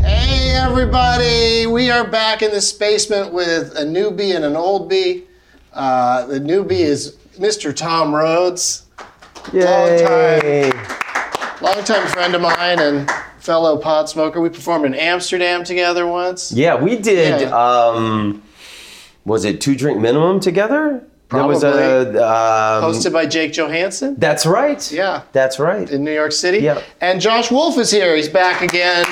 Hey, everybody! We are back in this basement with a newbie and an old bee. Uh, the newbie is Mr. Tom Rhodes, Yay. longtime friend of mine and fellow pot smoker. We performed in Amsterdam together once. Yeah, we did. Yeah. Um, was it two drink minimum together? There was Probably. a. Um, Hosted by Jake Johansson that's right. Yeah. That's right. in New York City. Yeah. And Josh Wolf is here. He's back again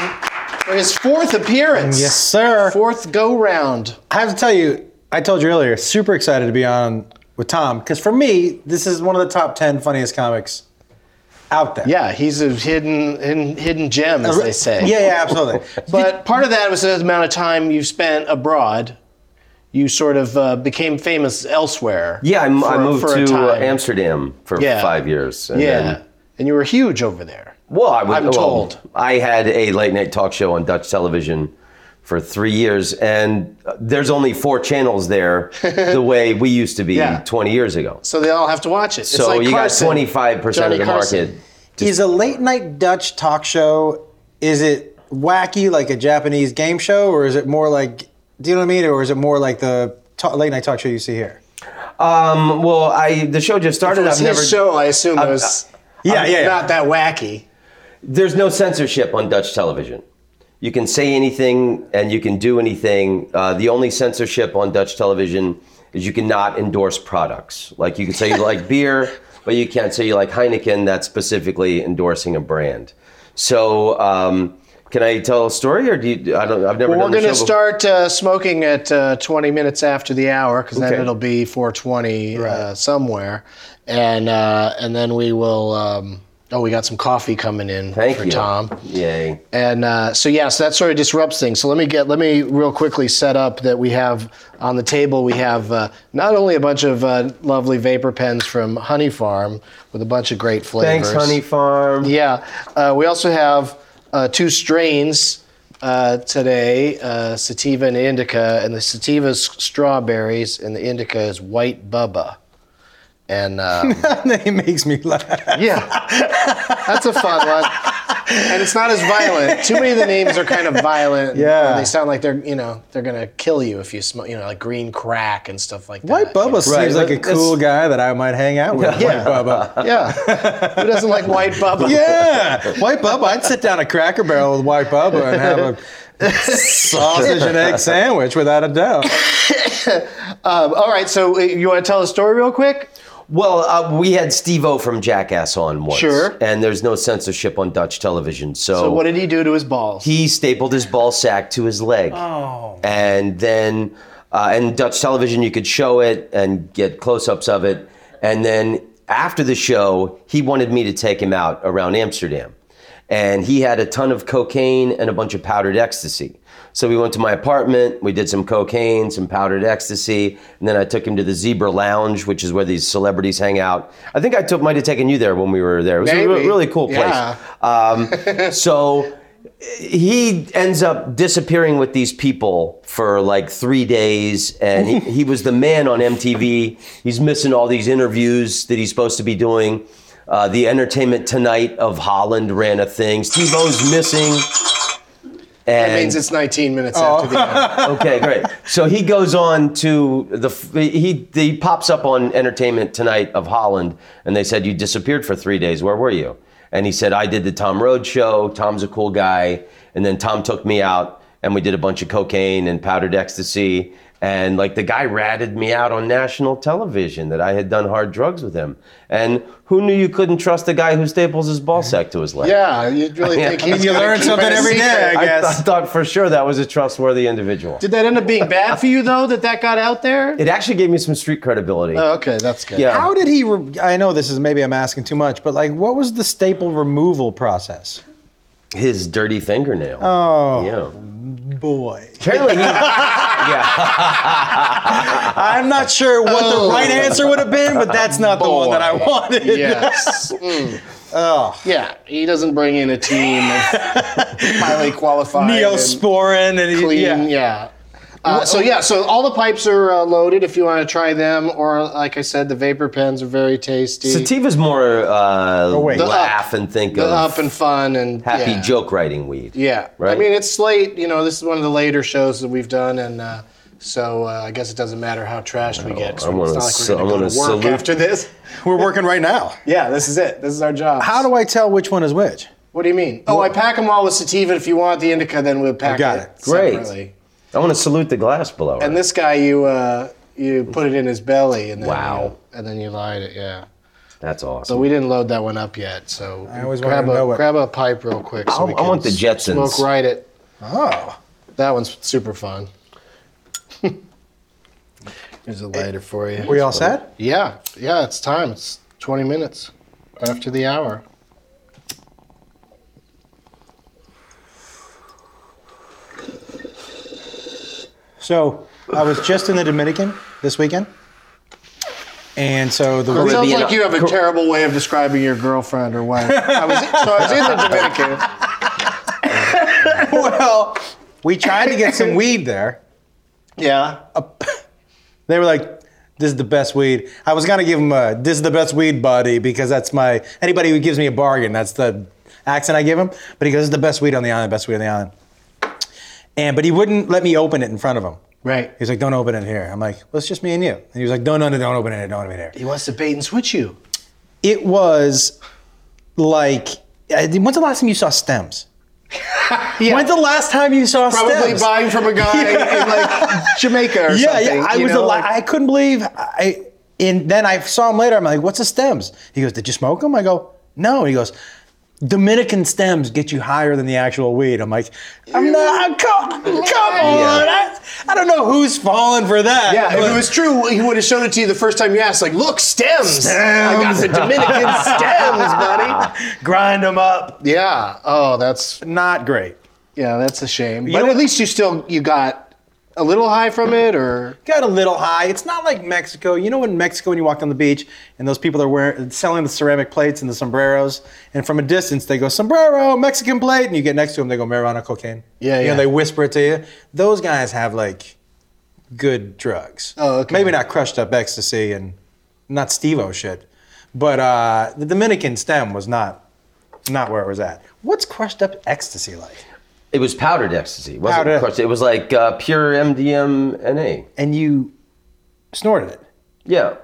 for his fourth appearance. Yes, sir. Fourth go round. I have to tell you, I told you earlier, super excited to be on with Tom because for me, this is one of the top ten funniest comics out there. Yeah, he's a hidden hidden, hidden gem, as they say. Yeah, yeah, absolutely. But part of that was the amount of time you spent abroad. You sort of uh, became famous elsewhere. Yeah, I, m- I for- moved for a to uh, time. Amsterdam for Yeah. five years. and Yeah, then- and you were huge over there. well, I was, I'm well, told. I had a late night talk show on Dutch television for three years, and uh, there's only four channels there the way we used to be Yeah. 20 years ago. So they all have to watch it. It's So like you Carson, got 25% Johnny of the Carson. market. is a late night Dutch talk show? Is it wacky like a Japanese game show, or is it more like? Do you know what I mean? Or is it more like the ta- late night talk show you see here? Um, well, I the show just started. It was I've his never show. I assume it was Yeah, yeah, yeah. not that wacky. there's no censorship on Dutch television. You can say anything and you can do anything. Uh, the only censorship on Dutch television is you cannot endorse products. Like you can say you like beer, but you can't say you like Heineken. That's specifically endorsing a brand. So, um, can I tell a story or do you? I don't. I've never. We're done the going to show before. start uh, smoking at uh, 20 minutes after the hour because then Okay. it'll be 4:20 uh, somewhere, and uh, and then we will. Um, oh, we got some coffee coming in Thank for you, Tom. Yay. And uh, so yeah, so that sort of disrupts things. So let me get let me real quickly set up that we have on the table. We have uh, not only a bunch of uh, lovely vapor pens from Honey Farm with a bunch of great flavors. Thanks, Honey Farm. Yeah, uh, we also have uh, two strains uh, today: uh, sativa and indica. And the sativa is strawberries, and the indica is white bubba. And um, it makes me laugh. yeah. That's a fun one. And it's not as violent. Too many of the names are kind of violent. Yeah. And they sound like they're, you know, they're going to kill you if you smoke, you know, like green crack and stuff like that. White Bubba Right, seems like a that's- cool guy that I might hang out with. Yeah. White Bubba. Yeah. Who doesn't like white bubble? Yeah, White Bubba. I'd sit down at Cracker Barrel with White Bubba and have a sausage and egg sandwich without a doubt. Um, all right. So uh, you want to tell a story real quick? Well, uh, we had Steve O from Jackass on once. Sure. And there's no censorship on Dutch television. So, So what did he do to his balls? he stapled his ball sack to his leg. Oh. And then, uh, and Dutch television, you could show it and get close ups of it. And then after the show, he wanted me to take him out around Amsterdam. And he had a ton of cocaine and a bunch of powdered ecstasy. So we went to my apartment, we did some cocaine, some powdered ecstasy, and then I took him to the Zebra Lounge, which is where these celebrities hang out. I think I took might have taken you there when we were there. It was a Maybe. re- really cool place. Yeah. Um, so he ends up disappearing with these people for like three days, and he, he was the man on MTV. He's missing all these interviews that he's supposed to be doing. Uh, the Entertainment Tonight of Holland ran a thing. Steve O's missing. And That means it's 19 minutes Oh. after the hour. okay, great. So he goes on to the he he pops up on Entertainment Tonight of Holland, and they said you disappeared for three days. Where were you? And he said I did the Tom Rhodes show. Tom's a cool guy, and then Tom took me out, and we did a bunch of cocaine and powdered ecstasy. And like the guy ratted me out on national television that I had done hard drugs with him. And who knew you couldn't trust a guy who staples his ball sack to his leg? Yeah, you'd really Yeah. think I mean, he's you gonna learn keep something it a every secret. day. I, guess. I thought for sure that was a trustworthy individual. Did that end up being bad for you though? That that got out there? It actually gave me some street credibility. Oh, okay, that's good. Yeah. How did he? Re- I know this is maybe I'm asking too much, but like, what was the staple removal process? His dirty fingernail. Oh. Yeah. Boy, Apparently, he, yeah. I'm not sure what Oh. the right answer would have been, but that's not the one that I Boy. wanted. Yes. Mm. Yeah, he doesn't bring in a team of highly qualified, and Neosporin and clean. Yeah. yeah. Uh, so yeah, so all the pipes are uh, loaded if you want to try them, or like I said, the vapor pens are very tasty. Sativa's more uh, wait. The laugh and think The of up and fun and happy yeah. joke writing weed. Yeah, Right? I mean it's late. You know, this is one of the later shows that we've done, and uh, so uh, I guess it doesn't matter how trashed we get. 'cause Oh, I wanna it's not like sa- we're I going to wanna go to work salute- after this. We're working right now. Yeah, this is it. This is our job. How do I tell which one is which? What do you mean? Oh, I pack them all with sativa. If you want the indica, then we'll pack got it. Great. separately. I want to salute the glass below. And this guy, you uh, you put it in his belly, and then Wow. you, and then you light it. Yeah. That's So awesome. we didn't load that one up yet. So I always wanted grab to a know what- grab a pipe real quick. So I'll- we I can want the Jetsons. Smoke right it. Oh, That one's super fun. Here's a lighter for you. we all set? Yeah, yeah, it's time. It's 20 minutes after the hour. So I was just in the Dominican this weekend, and so the It sounds Caribbean- like you have a terrible way of describing your girlfriend or wife. I was, so I was in the Dominican. well, we tried to get some weed there. Yeah. They were like, "This is the best weed." I was gonna give them a "This is the best weed, buddy," because that's my anybody who gives me a bargain. That's the accent I give him. But he goes, "This is the best weed on the island. Best weed on the island." And but he wouldn't let me open it in front of him. Right. He's like, "Don't open it here." I'm like, "Well, it's just me and you." And he was like, "No, no, no, don't open it here. Don't open it here." He wants to bait and switch you. It was like, I- when's the last time you saw stems? Yeah. When's the last time you saw Probably stems? buying from a guy in like Jamaica or yeah, something. yeah. I you was know, al- like- I couldn't believe I. And then I saw him later. I'm like, "What's the stems?" He goes, "Did you smoke them?" I go, "No." He goes, "Dominican stems get you higher than the actual weed." I'm like, "I'm not. I'm, come, come on. I, I don't know who's falling for that." yeah, if but- it was true, he would have shown it to you the first time you asked. Like, look, stems. I got the Dominican stems, buddy. grind them up. Yeah. Oh, that's Not great. yeah, that's a shame. But know- at least you still you got a little high from it, or got a little high. It's not like Mexico. You know, in Mexico, when you walk on the beach and those people are wearing, selling the ceramic plates and the sombreros, and from a distance they go sombrero, Mexican plate, and you get next to them, they go marijuana, cocaine. Yeah, You yeah. know, they whisper it to you. Those guys have like good drugs. Oh, okay. Maybe not crushed up ecstasy and not Steve-O shit, but uh, the Dominican stem was not not where it was at. What's crushed up ecstasy like? it was powdered ecstasy. It wasn't Powdered. crushed. It was like uh, pure MDMA. And you snorted it. Yeah.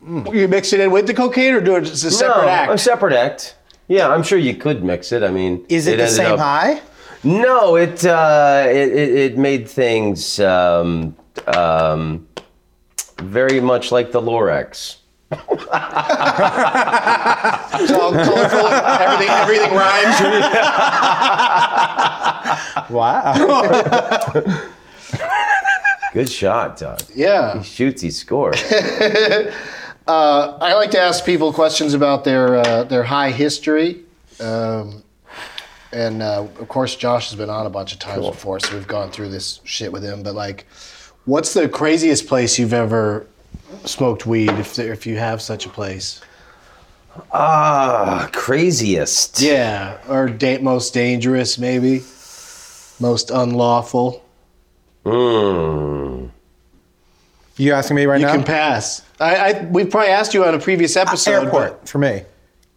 Hmm. you mix it in with the cocaine, or do it as a separate No, A act. separate act. Yeah, I'm sure you could mix it. I mean, Is it, the ended same up- high? No, it, uh, it, it it made things um, um, very much like the Lorax. It's all colorful. everything, everything rhymes. Wow. Good shot, Doug. Yeah. Uh, Shoots, he scores. I like to ask people questions about their uh, their high history, um, and uh, of course Josh has been on a bunch of times before, so we've gone through this shit with him. But like, what's the craziest place you've ever smoked weed, if there, if you have such a place? ah, craziest. Yeah, or da- most dangerous, maybe most unlawful. Mm. you asking me right You now? can pass. I, I we've probably asked you on a previous episode. airport for me. but-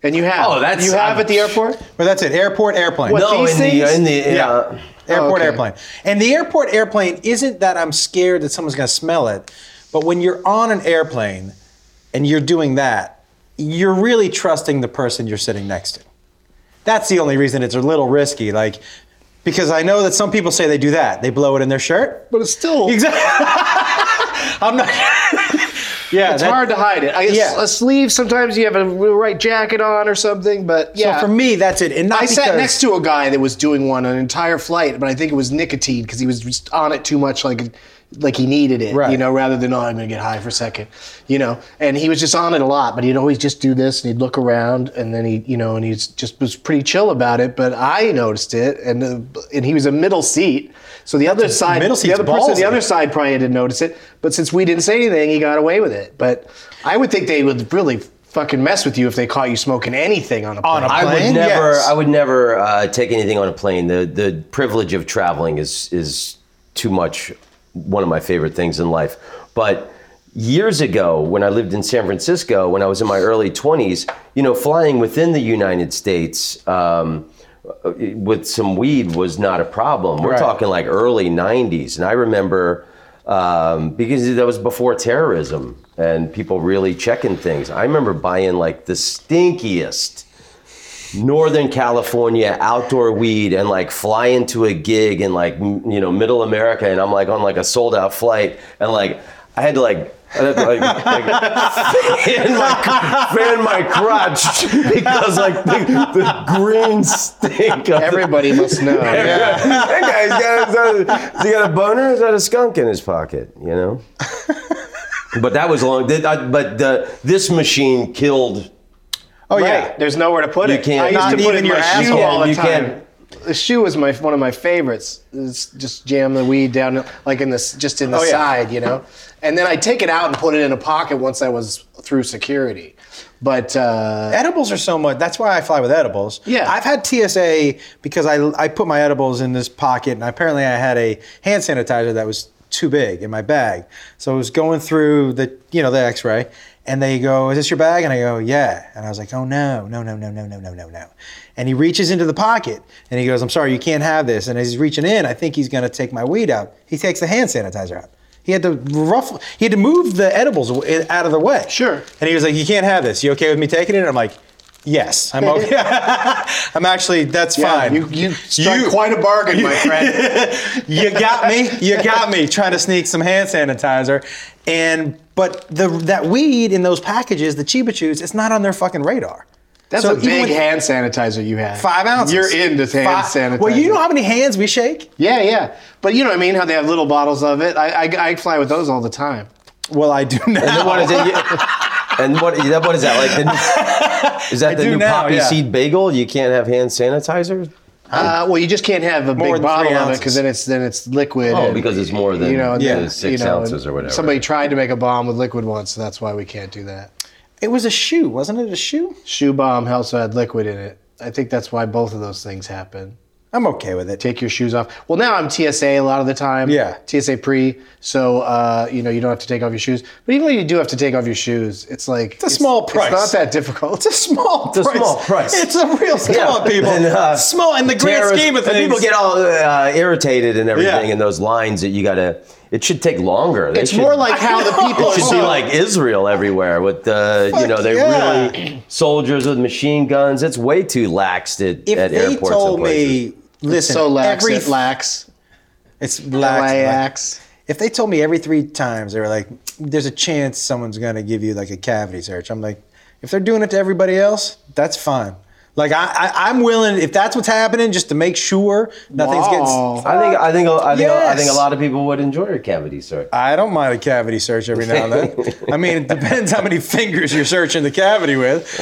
and you have. Oh, that's- you have I'm- at the airport. But that's it. Airport airplane. What? No, These in the, things? in the Yeah. uh, Airport okay. airplane. And the airport airplane isn't that I'm scared that someone's going to smell it, but when you're on an airplane and you're doing that, you're really trusting the person you're sitting next to. That's the only reason it's a little risky. Like Because I know that some people say they do that. They blow it in their shirt. But it's still Exactly. I'm not. yeah, it's hard to hide it. I guess Yeah. a sleeve sometimes you have a right jacket on or something, but yeah. So for me, that's it. And not I sat because- next to a guy that was doing one an entire flight, but I think it was nicotine because he was just on it too much, like like he needed it, you Right. know, rather than oh I'm gonna get high for a second, you know. And he was just on it a lot, but he'd always just do this and he'd look around and then he, you know, and he just was pretty chill about it. But I noticed it, and uh, and he was a middle seat, so the other side, middle the seat's other person, on the ballsy. other side probably didn't notice it. But since we didn't say anything, he got away with it. But I would think they would really. Fucking mess with you if they caught you smoking anything on a plane. On a I would Plane? never. Yes. I would never uh, take anything on a plane. The the privilege of traveling is is too much. One of my favorite things in life. But years ago, when I lived in San Francisco, when I was in my early twenties, you know, flying within the United States. Um, with some weed was not a problem. We're Right. talking like early 90s. And I remember um, because that was before terrorism and people really checking things. I remember buying like the stinkiest Northern California outdoor weed and like flying to a gig in like, m- you know, middle America. And I'm like on like a sold out flight and like, I had to like, I had to like, like fan, my, fan my crotch because like the, the green stink of the- Everybody must know. yeah. that guy's got, is that a, has he got a boner? or Is that a skunk in his pocket? You know. but that was long. that- I- But the, this machine killed. Oh Right. yeah. There's nowhere to put You it. can't- I used Not to put it even in your my shoe asshole. all the You time. can't- The shoe was my one of my favorites. It's just jam the weed down like in this just in the Oh, yeah. side, you know. And then I take it out and put it in a pocket once I was through security. But uh, Edibles are so much. That's why I fly with edibles. Yeah. I've had TSA because I I put my edibles in this pocket, and apparently I had a hand sanitizer that was too big in my bag. So I was going through the you know the X-ray, and they go, "Is this your bag?" And I go, "Yeah." And I was like, "Oh no, no, no, no, no, no, no, no, no." And he reaches into the pocket, and he goes, "I'm sorry, you can't have this." And as he's reaching in, I think he's gonna take my weed out. He takes the hand sanitizer out. He had to ruffle. He had to move the edibles w- out of the way. Sure. And he was like, "You can't have this. You okay with me taking it?" And I'm like, "Yes, I'm okay. I'm actually that's yeah, fine. you you struck You- quite a bargain, my friend. you got me. You got me trying to sneak some hand sanitizer, and but the that weed in those packages, the Chiba Chews, it's not on their fucking radar. That's So a even big with hand sanitizer you had. Five ounces. You're into hand Fi- sanitizer. Well, you know how many hands we shake. Yeah, yeah. But you know what I mean? How they have little bottles of it. I I, I fly with those all the time. Well, I do now. What is it? You- And what, that- what is that like? The, new- is that the do new now, poppy yeah. seed bagel? You can't have hand sanitizer. Uh, well, you just can't have a More big than bottle three of it ounces. because then it's then it's liquid. Oh, and, because it's more than, then, uh, six and ounces or whatever. Somebody tried to make a bomb with liquid once, so that's why we can't do that. It was a shoe, wasn't it? A shoe. Shoe bomb also had liquid in it. I think that's why both of those things happen. I'm okay with it. Take your shoes off. Well, now I'm TSA a lot of the time. Yeah. TSA pre, so uh, you know you don't have to take off your shoes. But even though you do have to take off your shoes, it's like it's a small price. It's not that difficult. It's a small a price. small price. It's a real small, people. And, uh, small in the grand Terrorist- scheme of and things. people get all uh, irritated and everything, Yeah. and those lines that you gotta. It should take longer. They It's should- more like how the people are It should be so- like Israel everywhere with the, you Fuck know, they yeah. really soldiers with machine guns. It's way too laxed at, if at they airports told and places. me, listen, so lax, every it lax, it's lax, lax. lax. If they told me every three times they were like, "There's a chance someone's gonna give you like a cavity search," I'm like, if they're doing it to everybody else, that's fine. Like I, I I'm willing if that's what's happening just to make sure nothing's Wow. getting. I think I think I think I think a Yes. lot of people would enjoy a cavity search. I don't mind a cavity search every now and then. I mean, it depends how many fingers you're searching the cavity with.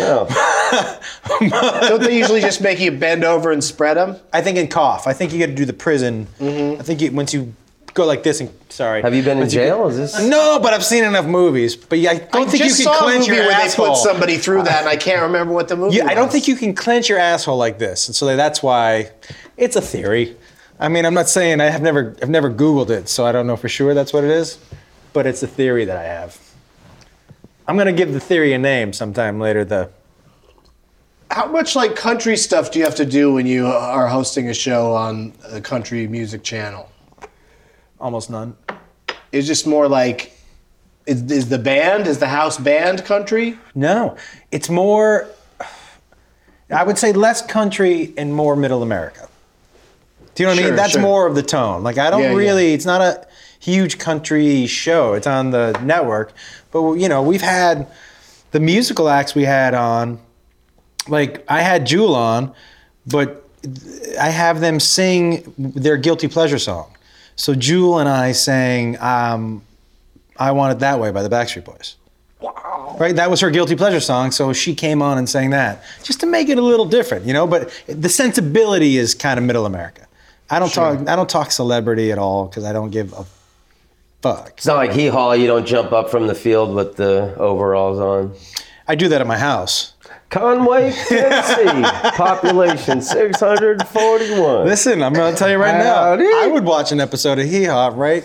Don't they usually just make you bend over and spread them? I think in cough. I think you got to do the prison. Mm-hmm. I think you, once you go like this and sorry. Have you been in Once jail? Is this No, but I've seen enough movies. But yeah, I don't think just you can saw a clench movie your where asshole. they put somebody through that, and I can't remember what the movie. Yeah, I don't was. think you can clench your asshole like this, and so that's why it's a theory. I mean, I'm not saying I have never, I've never Googled it, so I don't know for sure that's what it is, but it's a theory that I have. I'm gonna give the theory a name sometime later. The How much like country stuff do you have to do when you are hosting a show on a country music channel? almost none. It's just more like, is, is the band is the house band country? No, it's more. I would say less country and more middle America. Do you know what I Sure, mean? That's sure. more of the tone. Like I don't Yeah, yeah. really. It's not a huge country show. It's on the network, but you know we've had the musical acts we had on. Like I had Jewel on, but I have them sing their guilty pleasure song. So Jewel and I sang um, "I Want It That Way" by the Backstreet Boys. Right, that was her guilty pleasure song, so she came on and sang that just to make it a little different, you know. But the sensibility is kind of middle America. I don't talk. I don't talk celebrity at all because I don't give a fuck. It's not like hee haw. You don't jump up from the field with the overalls on. I do that at my house. Conway, Tennessee, population 641. Listen, I'm gonna tell you right now. Howdy. I would watch an episode of Hee Haw right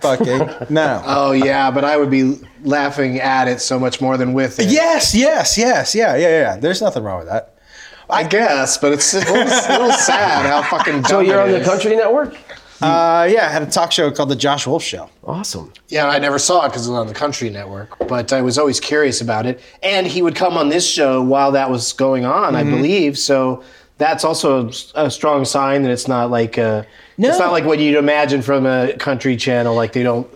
fucking now. Oh yeah, but I would be laughing at it so much more than with it. Yes, yes, yes, yeah, yeah, yeah. There's nothing wrong with that. I guess, but it's a little, a little sad how fucking. Dumb so you're it on the is. country network? Uh, yeah, I had a talk show called the Josh Wolf Show. Awesome. Yeah, I never saw it because it was on the Country Network, but I was always curious about it. And he would come on this show while that was going on, Mm-hmm. I believe. So that's also a, s- a strong sign that it's not like a, it's No. not like what you'd imagine from a country channel. Like they don't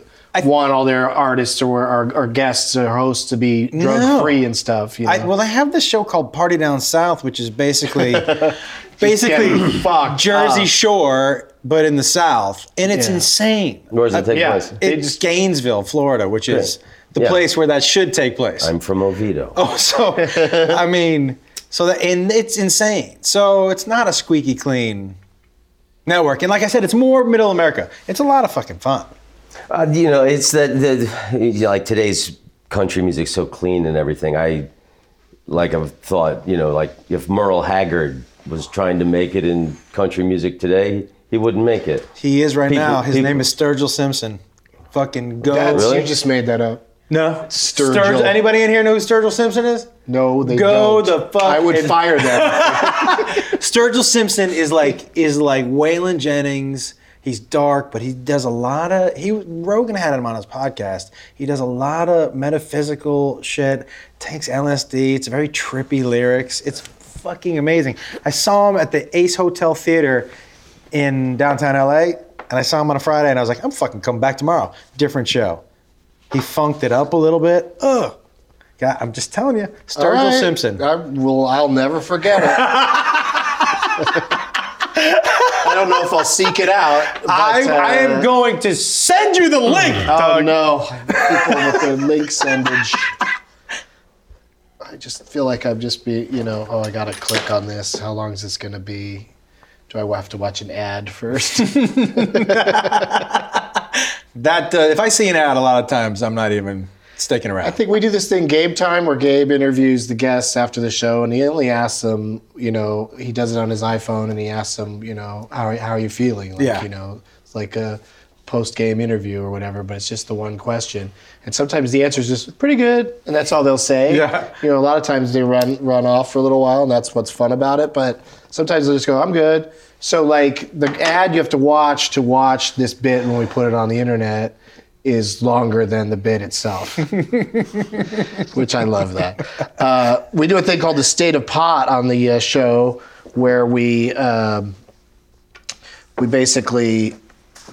want all their artists or, or, or guests or hosts to be drug free and stuff. You know? I, well, they have this show called Party Down South, which is basically, Getting basically fucked Jersey up. Shore, but in the South, and it's Ah. Yeah. insane. Uh, Where does it take yeah. place? They It's just- Gainesville, Florida, which is the Yeah. place where that should take place. I'm from Oviedo. so, I mean, so that and it's insane. So it's not a squeaky clean network, and like I said, it's more Middle America. It's a lot of fucking fun. Uh, you know, it's that the you know, like today's country music's so clean and everything. I like I've thought, you know, like if Merle Haggard was trying to make it in country music today, he wouldn't make it. He is right People- now. His people- name is Sturgill Simpson. Fucking go. That's, Really? You just made that up. No. Sturgill. Sturgill. Anybody in here know who Sturgill Simpson is? No, they Go don't. the fuck I would and- fire them. Sturgill Simpson is like is like Waylon Jennings. He's dark, but he does a lot of he Rogan had him on his podcast. He does a lot of metaphysical shit. Takes LSD. It's very trippy lyrics. It's fucking amazing. I saw him at the Ace Hotel Theater in downtown LA, and I saw him on a Friday, and I was like, I'm fucking coming back tomorrow. Different show. He funked it up a little bit. Ugh. God, I'm just telling you, Sturgill All right. Simpson. I, well, I'll never forget it. I don't know if I'll seek it out. But, I, I uh, am going to send you the link. Oh Doug. no! People with their link sandwich. I just feel like I'm just be, you know. Oh, I gotta click on this. How long is this gonna be? Do I have to watch an ad first? That uh, if I see an ad, a lot of times I'm not even sticking around. I think we do this thing, Gabe Time, where Gabe interviews the guests after the show, and he only asks them, you know, he does it on his iPhone, and he asks them, you know, how are, how are you feeling? Like, Yeah. You know, it's like a post game interview or whatever, but it's just the one question. And sometimes the answer is just pretty good, and that's all they'll say. Yeah. You know, a lot of times they run run off for a little while, and that's what's fun about it. But sometimes they'll just go, I'm good. So like the ad you have to watch to watch this bit when we put it on the internet is longer than the bit itself which I love that. Uh, we do a thing called the State of Pot on the uh, show where we um, we basically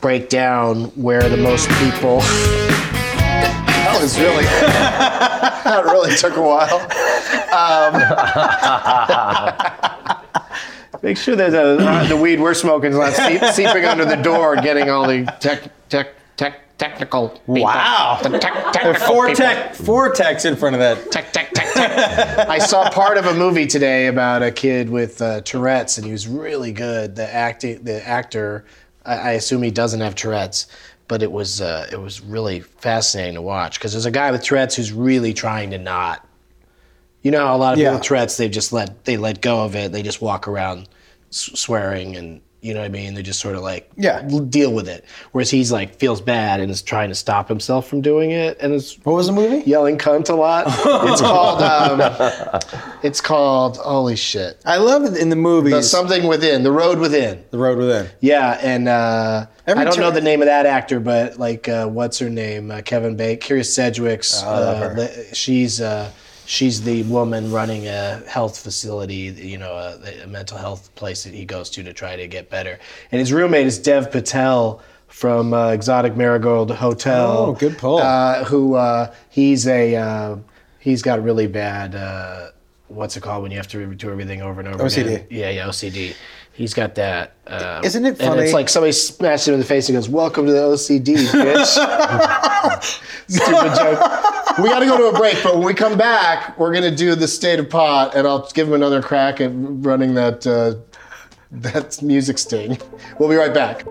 break down where the most people. that was really that really took a while. Um, make sure that the, the weed we're smoking is not seep- seeping under the door, getting all the tech tech. Tech, technical. people. Wow. The tech, technical Four people. tech, four techs in front of that. Tick, tick, tick, tick. I saw part of a movie today about a kid with uh, Tourette's, and he was really good. The acting, the actor, I, I assume he doesn't have Tourette's, but it was uh, it was really fascinating to watch because there's a guy with Tourette's who's really trying to not. You know how a lot of Yeah. people with Tourette's they just let they let go of it. They just walk around s- swearing and. You know what I mean? They just sort of like Yeah. l- deal with it. Whereas he's like feels bad and is trying to stop himself from doing it. And it's What was the movie? yelling cunt a lot. It's called. Um, it's called. Holy shit! I love it in the movies. The Uh, something within. The road within. the Road Within. Yeah, and uh, Every I don't tur- know the name of that actor, but like, uh, what's her name? Uh, Kevin Bake, Curious Sedgwick's. love uh, her. le- she's. Uh, she's the woman running a health facility, you know, uh, a, a mental health place that he goes to to try to get better. And his roommate is Dev Patel from uh, Exotic Marigold Hotel. Oh, good pull. Uh, who uh, he's a uh, he's got really bad. Uh, What's it called when you have to do everything over and over OCD. again? Yeah, yeah, OCD. He's got that. Um, Isn't it And funny- it's like somebody smashed him in the face and goes, "Welcome to the OCD, bitch." Stupid joke. We got to go to a break, but when we come back, we're gonna do the state of pot, and I'll give him another crack at running that uh, that music sting. We'll be right back.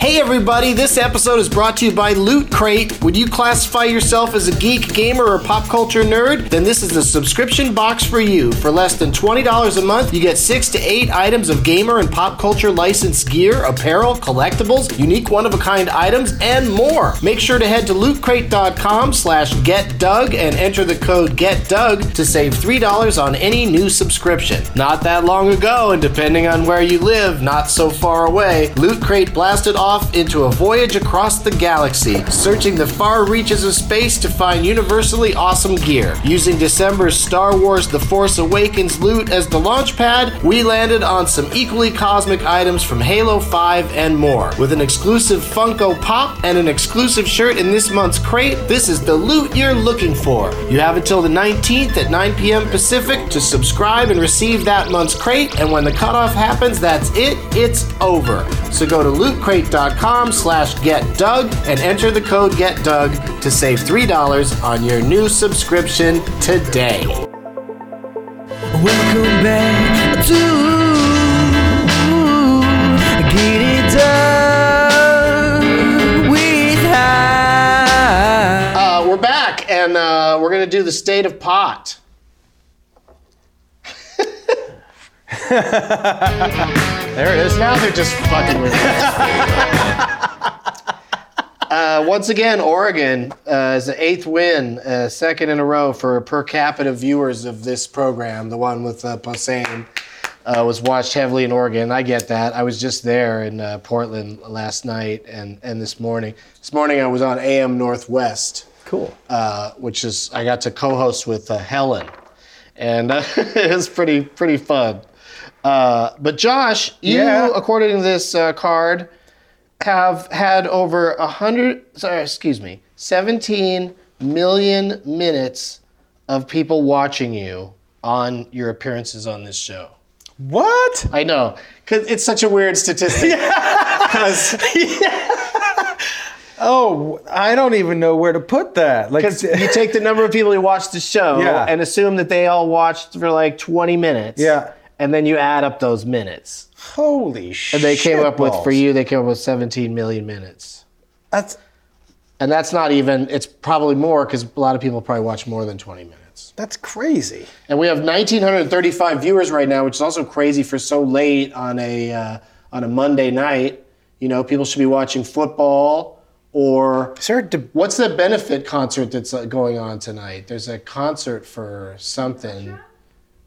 Hey everybody, this episode is brought to you by Loot Crate. Would you classify yourself as a geek, gamer, or pop culture nerd? Then this is the subscription box for you. For less than $20 a month, you get six to eight items of gamer and pop culture licensed gear, apparel, collectibles, unique one-of-a-kind items, and more. Make sure to head to lootcrate.com slash getdug and enter the code getdug to save $3 on any new subscription. Not that long ago, and depending on where you live, not so far away, Loot Crate blasted off into a voyage across the galaxy, searching the far reaches of space to find universally awesome gear. Using December's Star Wars The Force Awakens loot as the launch pad, we landed on some equally cosmic items from Halo 5 and more. With an exclusive Funko Pop and an exclusive shirt in this month's crate, this is the loot you're looking for. You have until the 19th at 9 p.m. Pacific to subscribe and receive that month's crate, and when the cutoff happens, that's it, it's over. So go to lootcrate.com slash getdug and enter the code getdug to save $3 on your new subscription today. Welcome back to Get It Done with Hal. Uh, we're back, and uh, we're going to do the state of pot. There it is. Now they're just fucking with us. Uh, once again, Oregon uh, is the eighth win, uh, second in a row for per capita viewers of this program. The one with uh, Posehn uh, was watched heavily in Oregon. I get that. I was just there in uh, Portland last night and, and this morning. This morning I was on AM Northwest Cool. uh, which is I got to co-host with uh, Helen, and uh, it was pretty pretty fun. Uh, but Josh, you Yeah. according to this uh, card, have had over a hundred. Sorry, excuse me, seventeen million minutes of people watching you on your appearances on this show. What? I know, cause it's such a weird statistic. 'Cause- Oh, I don't even know where to put that. Like, Because you take the number of people who watch the show Yeah. and assume that they all watched for like 20 minutes. Yeah. And then you add up those minutes. holy shit. And they came up with, for balls. you, they came up with 17 million minutes. That's And that's not even, it's probably more because a lot of people probably watch more than 20 minutes. that's crazy. And we have 1,935 viewers right now, which is also crazy for so late on a, uh, on a Monday night. You know, people should be watching football or Is there a de- What's the benefit concert that's uh, going on tonight? There's a concert for something.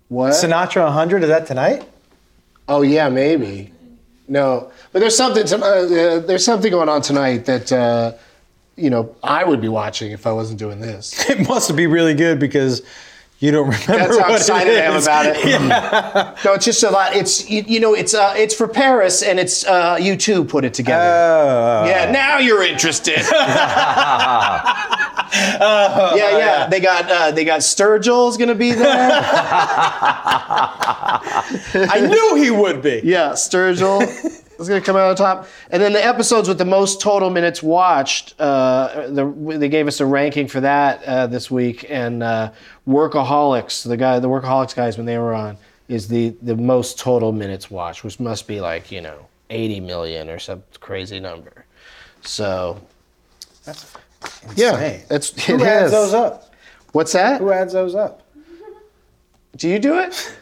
What? Sinatra 100? Is that tonight? oh yeah, maybe. No, but there's something. To, uh, uh, there's something going on tonight that uh, you know I would be watching if I wasn't doing this. It must be really good because you don't remember. That's how what excited I am is. about it. Mm. no, it's just a lot. It's you, you know it's uh, it's for Paris and it's uh, you two put it together. Oh. yeah, now you're interested. yeah, yeah. They got uh, they got Sturgill's gonna be there. I knew he would be. Yeah, Sturgill is going to come out on top. And then the episodes with the most total minutes watched, uh, the, they gave us a ranking for that uh, this week. And uh, Workaholics, the guy, the Workaholics guys, when they were on, is the the most total minutes watched, which must be like you know 80 million or some crazy number. So that's yeah, insane. that's it Who adds is. those up? What's that? Who adds those up? Do you do it?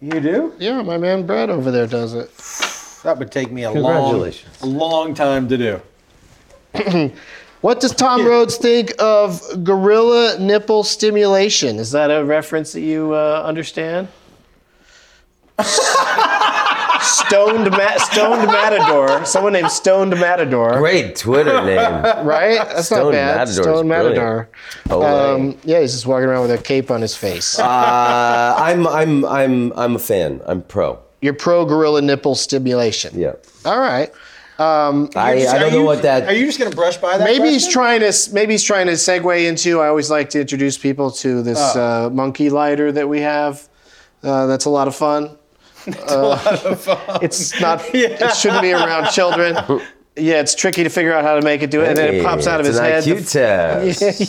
You do? Yeah, my man Brad over there does it. That would take me a long, Congratulations. a long time to do. What does Tom Rhodes think of gorilla nipple stimulation? Is that a reference that you uh, understand? Stoned, Ma- Stoned Matador. Someone named Stoned Matador. Great Twitter name. Right? That's not Stoned bad. Matador is Stoned brilliant. Matador. Oh, Um, yeah, he's just walking around with a cape on his face. uh, I'm I'm I'm I'm a fan. I'm pro. You're pro gorilla nipple stimulation. Yeah. All right. I, I don't know what that. Are you just gonna brush by that? Maybe he's question? trying to s- maybe he's trying to segue into. I always like to introduce people to this uh, monkey lighter that we have. Uh, that's a lot of fun. Uh, It's not. It shouldn't be around children. Yeah, it's tricky to figure out how to make it do it, and then it pops out of his head. it's An IQ test.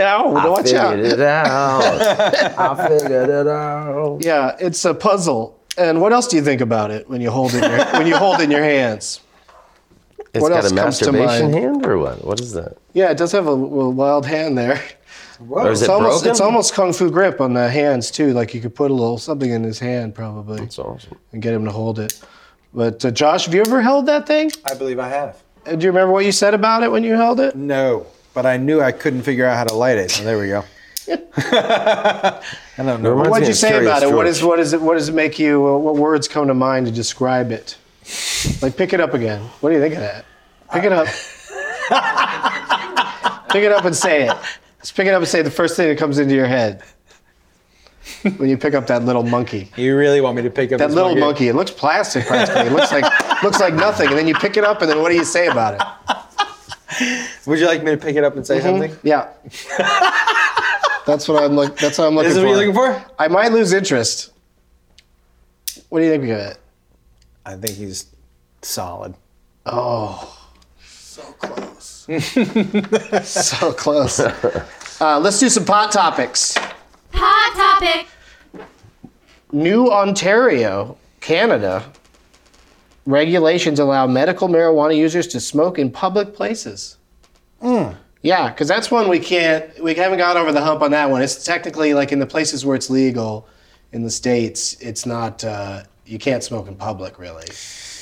yeah. Ow, I watch figured out. it out. I figured it out. Yeah, it's a puzzle. And what else do you think about it when you hold it in your, when you hold it in your hands? It's What got else a comes to masturbation mind? hand or what? What is that? Yeah, it does have a, a wild hand there. Or is It's it almost, broken? it's almost kung fu grip on the hands too. Like you could put a little something in his hand probably It's awesome. and get him to hold it. But uh, Josh, have you ever held that thing? I believe I have. Uh, Do you remember what you said about it when you held it? No, but I knew I couldn't figure out how to light it. So there we go. I don't know. What Reminds did me you of say Curious about it? What is George. what is it? What does it make you? Uh, what words come to mind to describe it? Like pick it up again. What do you think of that? Pick it up. pick it up and say it. Just pick it up and say the first thing that comes into your head when you pick up that little monkey. You really want me to pick up That this little monkey. It looks plastic practically. It looks like looks like nothing. And then you pick it up, and then what do you say about it? Would you like me to pick it up and say something? Yeah. that's what I'm look. That's what I'm looking Is this for. what you're looking for? I might lose interest. What do you think of it? I think he's solid. So close. Uh, let's do some pot topics. Hot topic. New Ontario, Canada, regulations allow medical marijuana users to smoke in public places. Yeah, because that's one we can't, we haven't got over the hump on that one. It's technically like in the places where it's legal in the States, it's not, uh, you can't smoke in public really.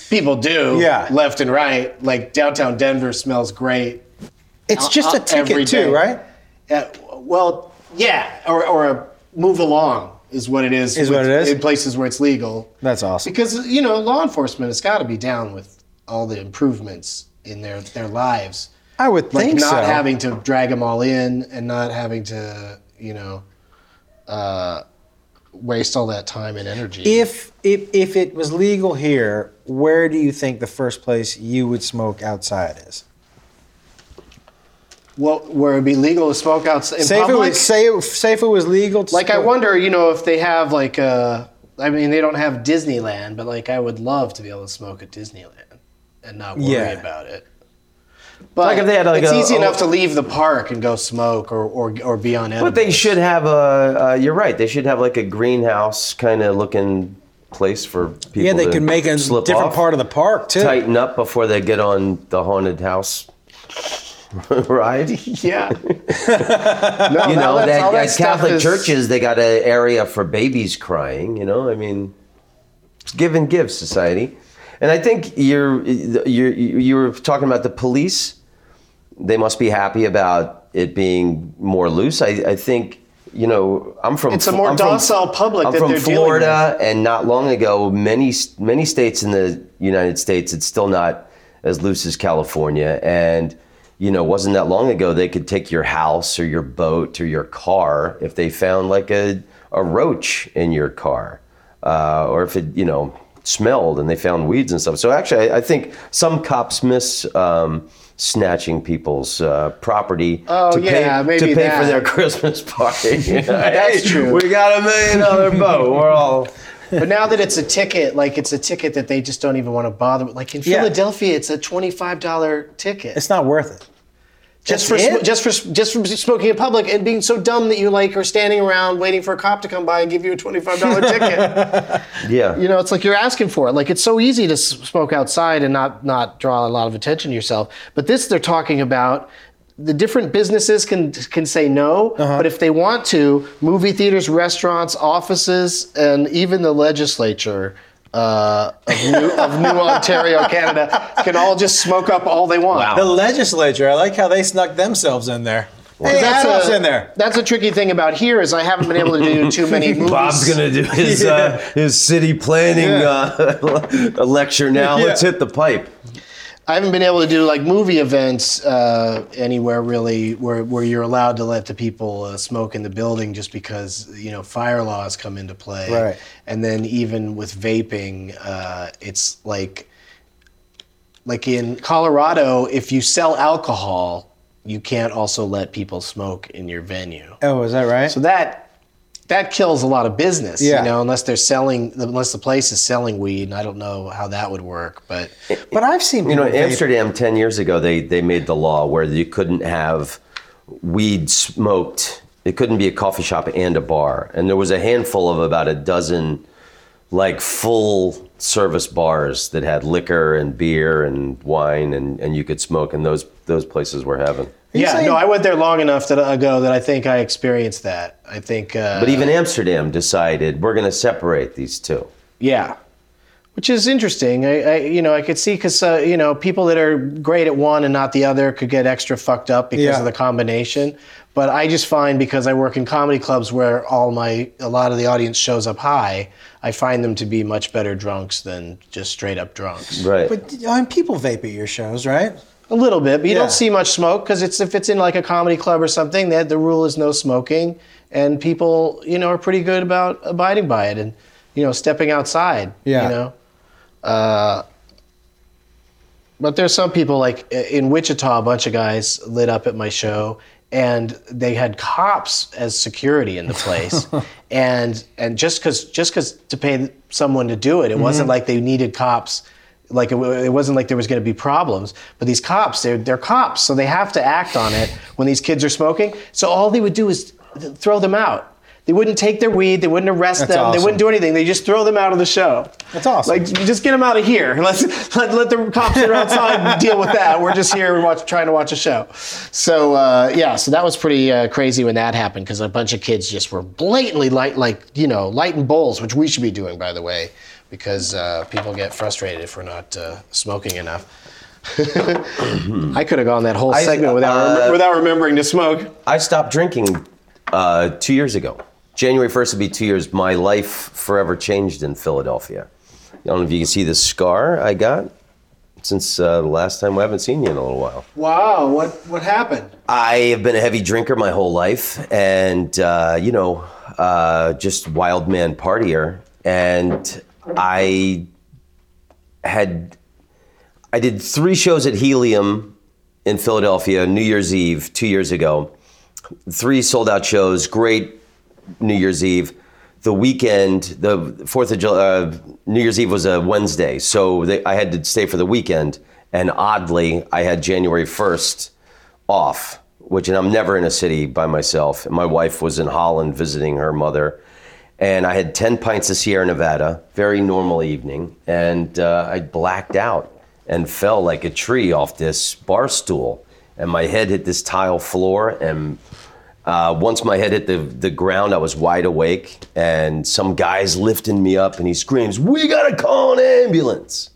People do, Yeah. left and right. Like downtown Denver smells great. It's just a up every ticket day. too, right? Uh, well, yeah, or, or a move along is what it is. Is what it is? in places where it's legal. That's awesome. Because you know, law enforcement has got to be down with all the improvements in their their lives, I would like think not so. having to drag them all in and not having to, you know, uh, waste all that time and energy. if if if it was legal here, where do you think the first place you would smoke outside is? well, where it'd be legal to smoke outside in Say if, it public, was, say, it- say if it was legal to like I smoke- wonder, you know, if they have like uh I mean, they don't have Disneyland, but like I would love to be able to smoke at Disneyland and not worry Yeah. about it. But if they had, like, it's a- easy a- enough to leave the park and go smoke or or, or be on edibles. But they should have a. Uh, you're right. They should have like a greenhouse kind of looking place for people. Yeah, they to could make a slip different off, part of the park too. Tighten up before they get on the haunted house ride. Yeah. you all know, that- all that, that at stuff Catholic is- churches they got an area for babies crying. You know, I mean, it's give and give society. And I think you're you're you were talking about the police. They must be happy about it being more loose. I, I think you know I'm from It's a more I'm docile from, public I'm that from they're dealing Florida, and not long ago, many many states in the United States it's still not as loose as California, and you know wasn't that long ago they could take your house or your boat or your car if they found like a a roach in your car, uh, or if it you know smelled and they found weeds and stuff. So actually, I, I think some cops miss. Um, Snatching people's uh, property Oh, to pay, yeah, maybe to pay for that. their Christmas party. That's true. We got a million dollar boat. We're all. but now that it's a ticket, like it's a ticket that they just don't even want to bother with. Like in Yeah. Philadelphia, it's a twenty-five dollar ticket. It's not worth it. just for it? sm- just for just for smoking in public and being so dumb that you like are standing around waiting for a cop to come by and give you a twenty-five dollar ticket. Yeah. You know, it's like you're asking for it. Like it's so easy to s- smoke outside and not not draw a lot of attention to yourself. But this they're talking about. The different businesses can can say no, but if they want to, movie theaters, restaurants, offices, and even the legislature uh, of, new, of New Ontario, Canada, can all just smoke up all they want. The legislature, I like how they snuck themselves in there. Hey, That's Adolf's a- in there. That's a tricky thing about here is I haven't been able to do too many movies. Bob's gonna do his uh, his city planning uh, lecture now. Let's Yeah. hit the pipe. I haven't been able to do like movie events uh, anywhere really where, where you're allowed to let the people uh, smoke in the building just because you know fire laws come into play. Right. And then even with vaping, uh, it's like like in Colorado, if you sell alcohol, you can't also let people smoke in your venue. Oh, is that right? So that that kills a lot of business, Yeah. you know, unless they're selling unless the place is selling weed, and I don't know how that would work, but. but I've seen You know, people vape. Amsterdam ten years ago, they they made the law where you couldn't have weed smoked. It couldn't be a coffee shop and a bar, and there was a handful of about a dozen like full service bars that had liquor and beer and wine and, and you could smoke and those those places were heaven Yeah, saying- no, I went there long enough that ago that I think I experienced that. I think, uh, but even amsterdam decided we're going to separate these two yeah, which is interesting. I, I you know, I could see because uh, you know people that are great at one and not the other could get extra fucked up because Yeah. of the combination. But I just find because I work in comedy clubs where all my a lot of the audience shows up high, I find them to be much better drunks than just straight up drunks. right But I mean, people vape at your shows, right? A little bit, but you Yeah. don't see much smoke because it's if it's in like a comedy club or something, that the rule is no smoking, and people you know are pretty good about abiding by it and you know stepping outside. Yeah. You know. Uh, but there's some people like i- in Wichita, a bunch of guys lit up at my show, and they had cops as security in the place, and and just because just because to pay someone to do it, it wasn't like they needed cops like it, wa- it wasn't like there was going to be problems but these cops they're, they're cops so they have to act on it when these kids are smoking so all they would do is th- throw them out they wouldn't take their weed they wouldn't arrest That's them they awesome. wouldn't do anything they just throw them out of the show That's awesome. like just get them out of here Let's, let, let the cops that are outside deal with that we're just here watch, trying to watch a show so uh, yeah so that was pretty uh, crazy when that happened because a bunch of kids just were blatantly light like you know lighting bowls which we should be doing by the way because uh, people get frustrated if we're not uh, smoking enough. I Uh, could have gone that whole segment without remem- without remembering to smoke. I stopped drinking uh, two years ago. January 1st will be two years. My life forever changed in Philadelphia. I don't know if you can see the scar I got since uh, the last time. I haven't seen you in a little while. Wow, what what happened? I have been a heavy drinker my whole life, and uh, you know, uh, just wild man partier. And I had, I did three shows at Helium in Philadelphia, New Year's Eve, two years ago. Three sold out shows, great New Year's Eve. The weekend, the Fourth of July, uh, New Year's Eve was a Wednesday, so they, I had to stay for the weekend. And oddly, I had January first off, which and I'm never in a city by myself. And my wife was in Holland visiting her mother, and I had ten pints of Sierra Nevada, very normal evening, and uh, I blacked out and fell like a tree off this bar stool, and my head hit this tile floor and. Uh, once my head hit the, the ground, I was wide awake, and some guy's lifting me up, and he screams, "We gotta call an ambulance!"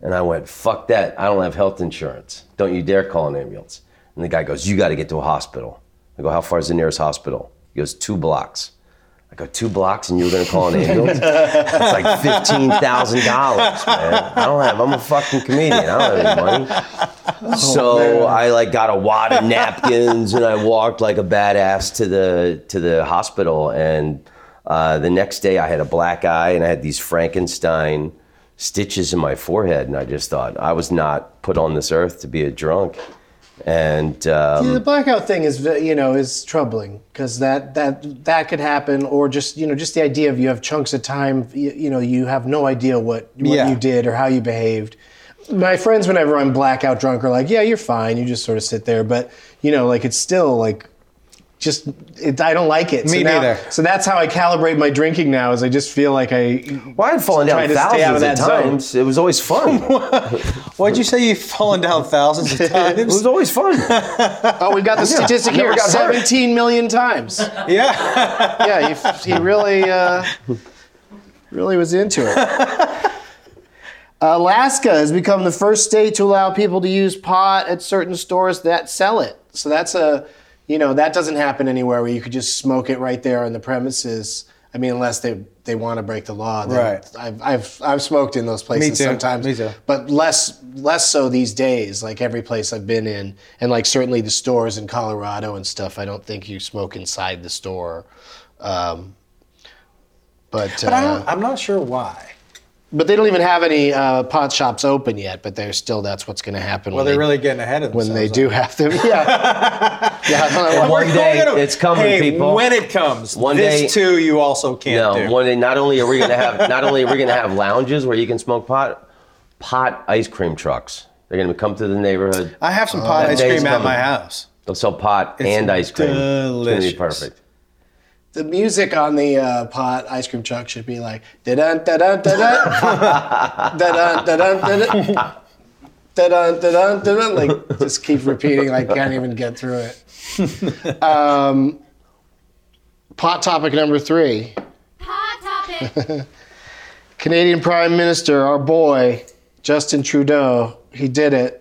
And I went, "Fuck that! I don't have health insurance. Don't you dare call an ambulance!" And the guy goes, "You gotta get to a hospital." I go, "How far is the nearest hospital?" He goes, two blocks." I go, two blocks, and you were gonna call an ambulance? It's like fifteen thousand dollars, man. I don't have. I'm a fucking comedian. I don't have any money. Oh, So I like got a wad of napkins and I walked like a badass to the to the hospital. And uh, the next day I had a black eye and I had these Frankenstein stitches in my forehead. And I just thought I was not put on this earth to be a drunk. And um, the blackout thing is ve- you know is troubling because that that that could happen or just you know just the idea of you have chunks of time you, you know you have no idea what what Yeah. you did or how you behaved my friends whenever i'm blackout drunk are like yeah you're fine you just sort of sit there but you know like it's still like just it, i don't like it Me so now- neither. so that's how i calibrate my drinking now is i just feel like i well, I'd fallen down Trying to stay out of thousands of that zone. times. It was always fun. it Why'd you say you've fallen down thousands of times? was always fun. oh we got the statistic never here got hurt. 17 million times yeah. yeah, he, he really, uh, really was into it. Alaska has become the first state to allow people to use pot at certain stores that sell it. So that's a, you know, that doesn't happen anywhere where you could just smoke it right there on the premises. I mean, unless they, they want to break the law. then Right. I've, I've, I've smoked in those places too. sometimes. Me too. But less less so these days. Like every place I've been in, and like certainly the stores in Colorado and stuff. I don't think you smoke inside the store. Um, but But I don't, uh, I'm not sure why. but they don't even have any uh, pot shops open yet. But they're still that's what's going to happen. Well, when they're they, really getting ahead of themselves. when they do have them. Yeah. yeah. I don't know. One We're day, going to- it's coming, hey, people. When it comes, One this day- too, you also can't No, do. one day. Not only are we gonna have not only are we gonna have lounges where you can smoke pot, pot ice cream trucks. They're gonna come to the neighborhood. I have some pot Oh, that ice day's cream at coming. my house. They'll sell pot and ice cream. It's delicious. gonna be perfect. the music on the uh, pot ice cream truck should be like da dun da dun da dun da dun da dun da dun da dun da dun da dun like just keep repeating like can't even get through it. Um, pot topic number three: Hot topic. Canadian Prime Minister, our boy Justin Trudeau. He did it.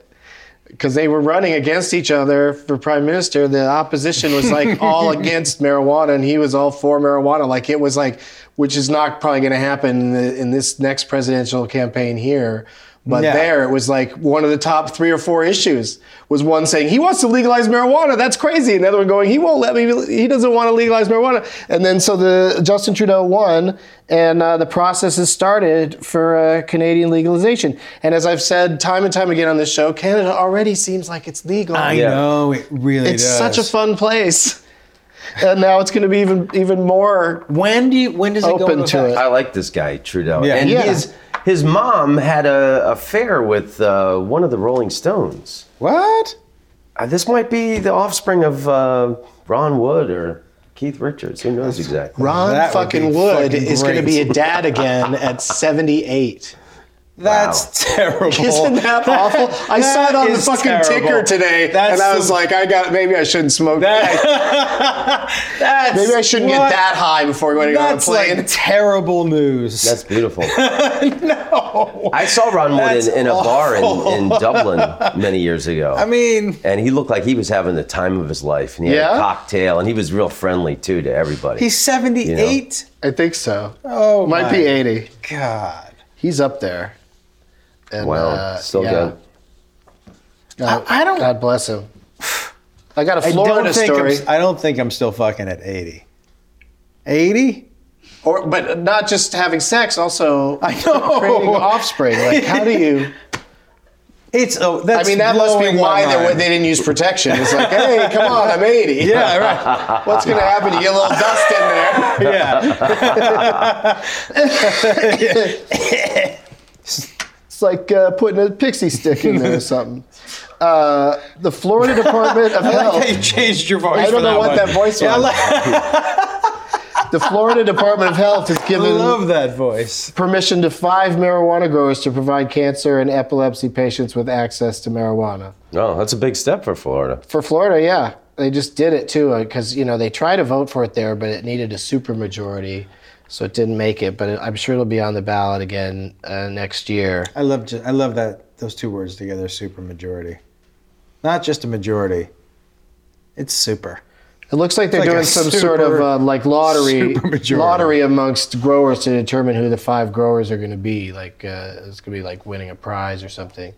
Because they were running against each other for prime minister, the opposition was like all against marijuana, and he was all for marijuana. Like it was like, which is not probably going to happen in, the, in this next presidential campaign here, but No. there it was like one of the top three or four issues was one saying he wants to legalize marijuana, that's crazy. Another one going he won't let me, he doesn't want to legalize marijuana, and then so the Justin Trudeau won, and uh, the process has started for uh, Canadian legalization. And as I've said time and time again on this show, Canada already seems like it's legal. I Yeah. know it really It's does. such a fun place. And now it's going to be even even more. When do you, when does it go Open into to effect? it. I like this guy Trudeau, Yeah. and Yeah. his his mom had a affair with uh, one of the Rolling Stones. What? Uh, this might be the offspring of uh, Ron Wood or Keith Richards. Who knows exactly? Ron That would fucking be Wood fucking is going to great. be a dad again at 78. That's terrible. Isn't that awful? I saw That it on the is fucking terrible. ticker today, That's and I was some- like, I got maybe I shouldn't smoke. That's maybe I shouldn't what- get that high before going on a That's plane. like terrible news. That's beautiful. no. I saw Ron Wood That's in, in a bar awful. in, in Dublin many years ago. I mean, and he looked like he was having the time of his life. And he had Yeah? a cocktail, and he was real friendly too to everybody. he's 78. I think so. Oh, Might my be 80. God. He's up there. And, wow, uh, still yeah. good. God, I- I don't- God bless him. I got a I Florida don't think story. I'm, I don't think I'm still fucking at 80. 80? Or, but not just having sex, also I know. creating offspring. Like, how do you? It's oh, I that's mean, that must blowing be my why they, mind. they didn't use protection. It's like, hey, come on, I'm 80. Yeah, right. What's going to happen? You get a little dust in there. Yeah. It's like uh, putting a pixie stick in there or something. Uh, the Florida Department of Health. you changed your voice. I for don't know what one. that voice Yeah, I was. like- The Florida Department of Health has I given love that voice. permission to five marijuana growers to provide cancer and epilepsy patients with access to marijuana. No, oh, that's a big step for Florida. For Florida, yeah. They just did it too because, you know, they tried to vote for it there, but it needed a supermajority. So it didn't make it, but I'm sure it'll be on the ballot again uh, next year. I love ju- I love that those two words together, super majority. Not just a majority. It's super. It looks like they're Like a doing some sort of super- uh, like lottery, supermajority. lottery amongst growers to determine who the five growers are going to be. Like uh, it's going to be like winning a prize or something.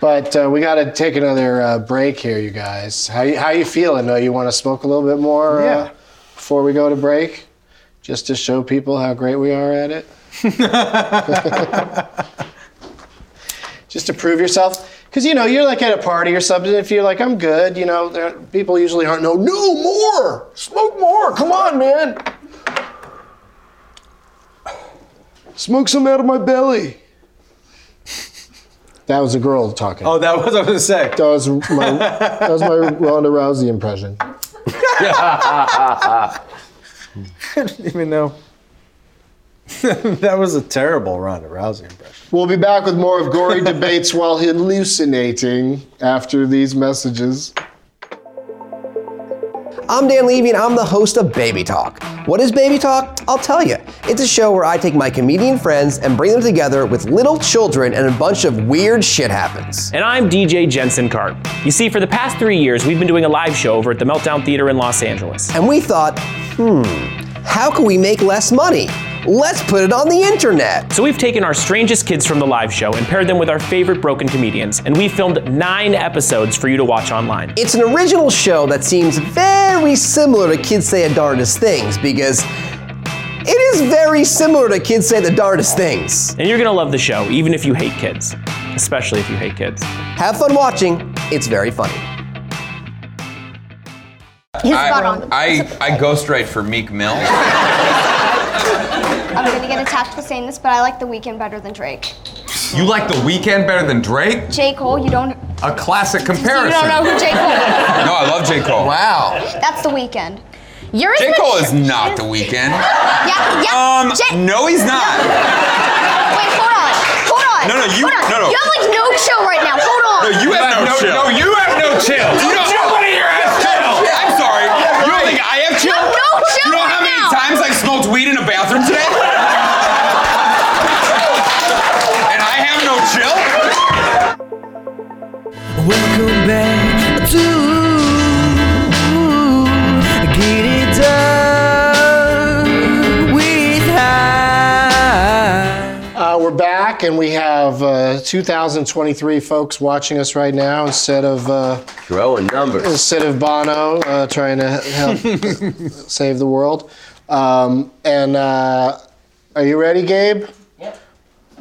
But uh, we got to take another uh, break here, you guys. How you, how you feeling? Uh, you want to smoke a little bit more Yeah. uh, before we go to break, just to show people how great we are at it. just to prove yourself. Because you know you're like at a party or something. If you're like I'm good, you know there, people usually aren't. No, no more, smoke more. Come on, man. Smoke some out of my belly. That was a girl talking. Oh, that was what I was gonna say. That was my that was my Ronda Rousey impression. didn't even know. that was a terrible Ronda Rousey impression. We'll be back with more of gory debates while hallucinating after these messages. I'm Dan Levy, and I'm the host of Baby Talk. What is Baby Talk? I'll tell you. It's a show where I take my comedian friends and bring them together with little children, and a bunch of weird shit happens. And I'm DJ Jensen Carp. You see, for the past three years, we've been doing a live show over at the Meltdown Theater in Los Angeles. And we thought, hmm, how can we make less money? Let's put it on the internet. So we've taken our strangest kids from the live show and paired them with our favorite broken comedians, and we filmed nine episodes for you to watch online. It's an original show that seems very similar to Kids Say the Darndest Things because it is very similar to Kids Say the Darndest Things. And you're gonna love the show, even if you hate kids, especially if you hate kids. Have fun watching, it's very funny. He's got I, on. I, I ghostwrite for Meek Mill. I'm gonna get attacked for saying this, but I like The Weeknd better than Drake. You like The Weeknd better than Drake? J. Cole, you don't. A classic You comparison. don't know who J. Cole is. No, I love J. Cole. Wow. That's The Weeknd. You're as J. Cole mature- is not The Weeknd. Yeah, yeah. Um, J- no, he's not. Wait, hold on. Hold on. No, no, you- Hold on. no, no. You have like no chill right now. Hold on. No, you have no, chill. No, you have no chill. You don't nobody here has chill. I'm sorry. You don't think I have chill? No, no chill You know how right many now. times I smoked weed in a bathroom today? and I have no chill? Welcome back to Get It Done with High. Uh, we're back, and we have uh, 2,023 folks watching us right now instead of uh, Growing numbers. instead of Bono uh, trying to help save the world. Um, and uh, are you ready, Gabe? Yep.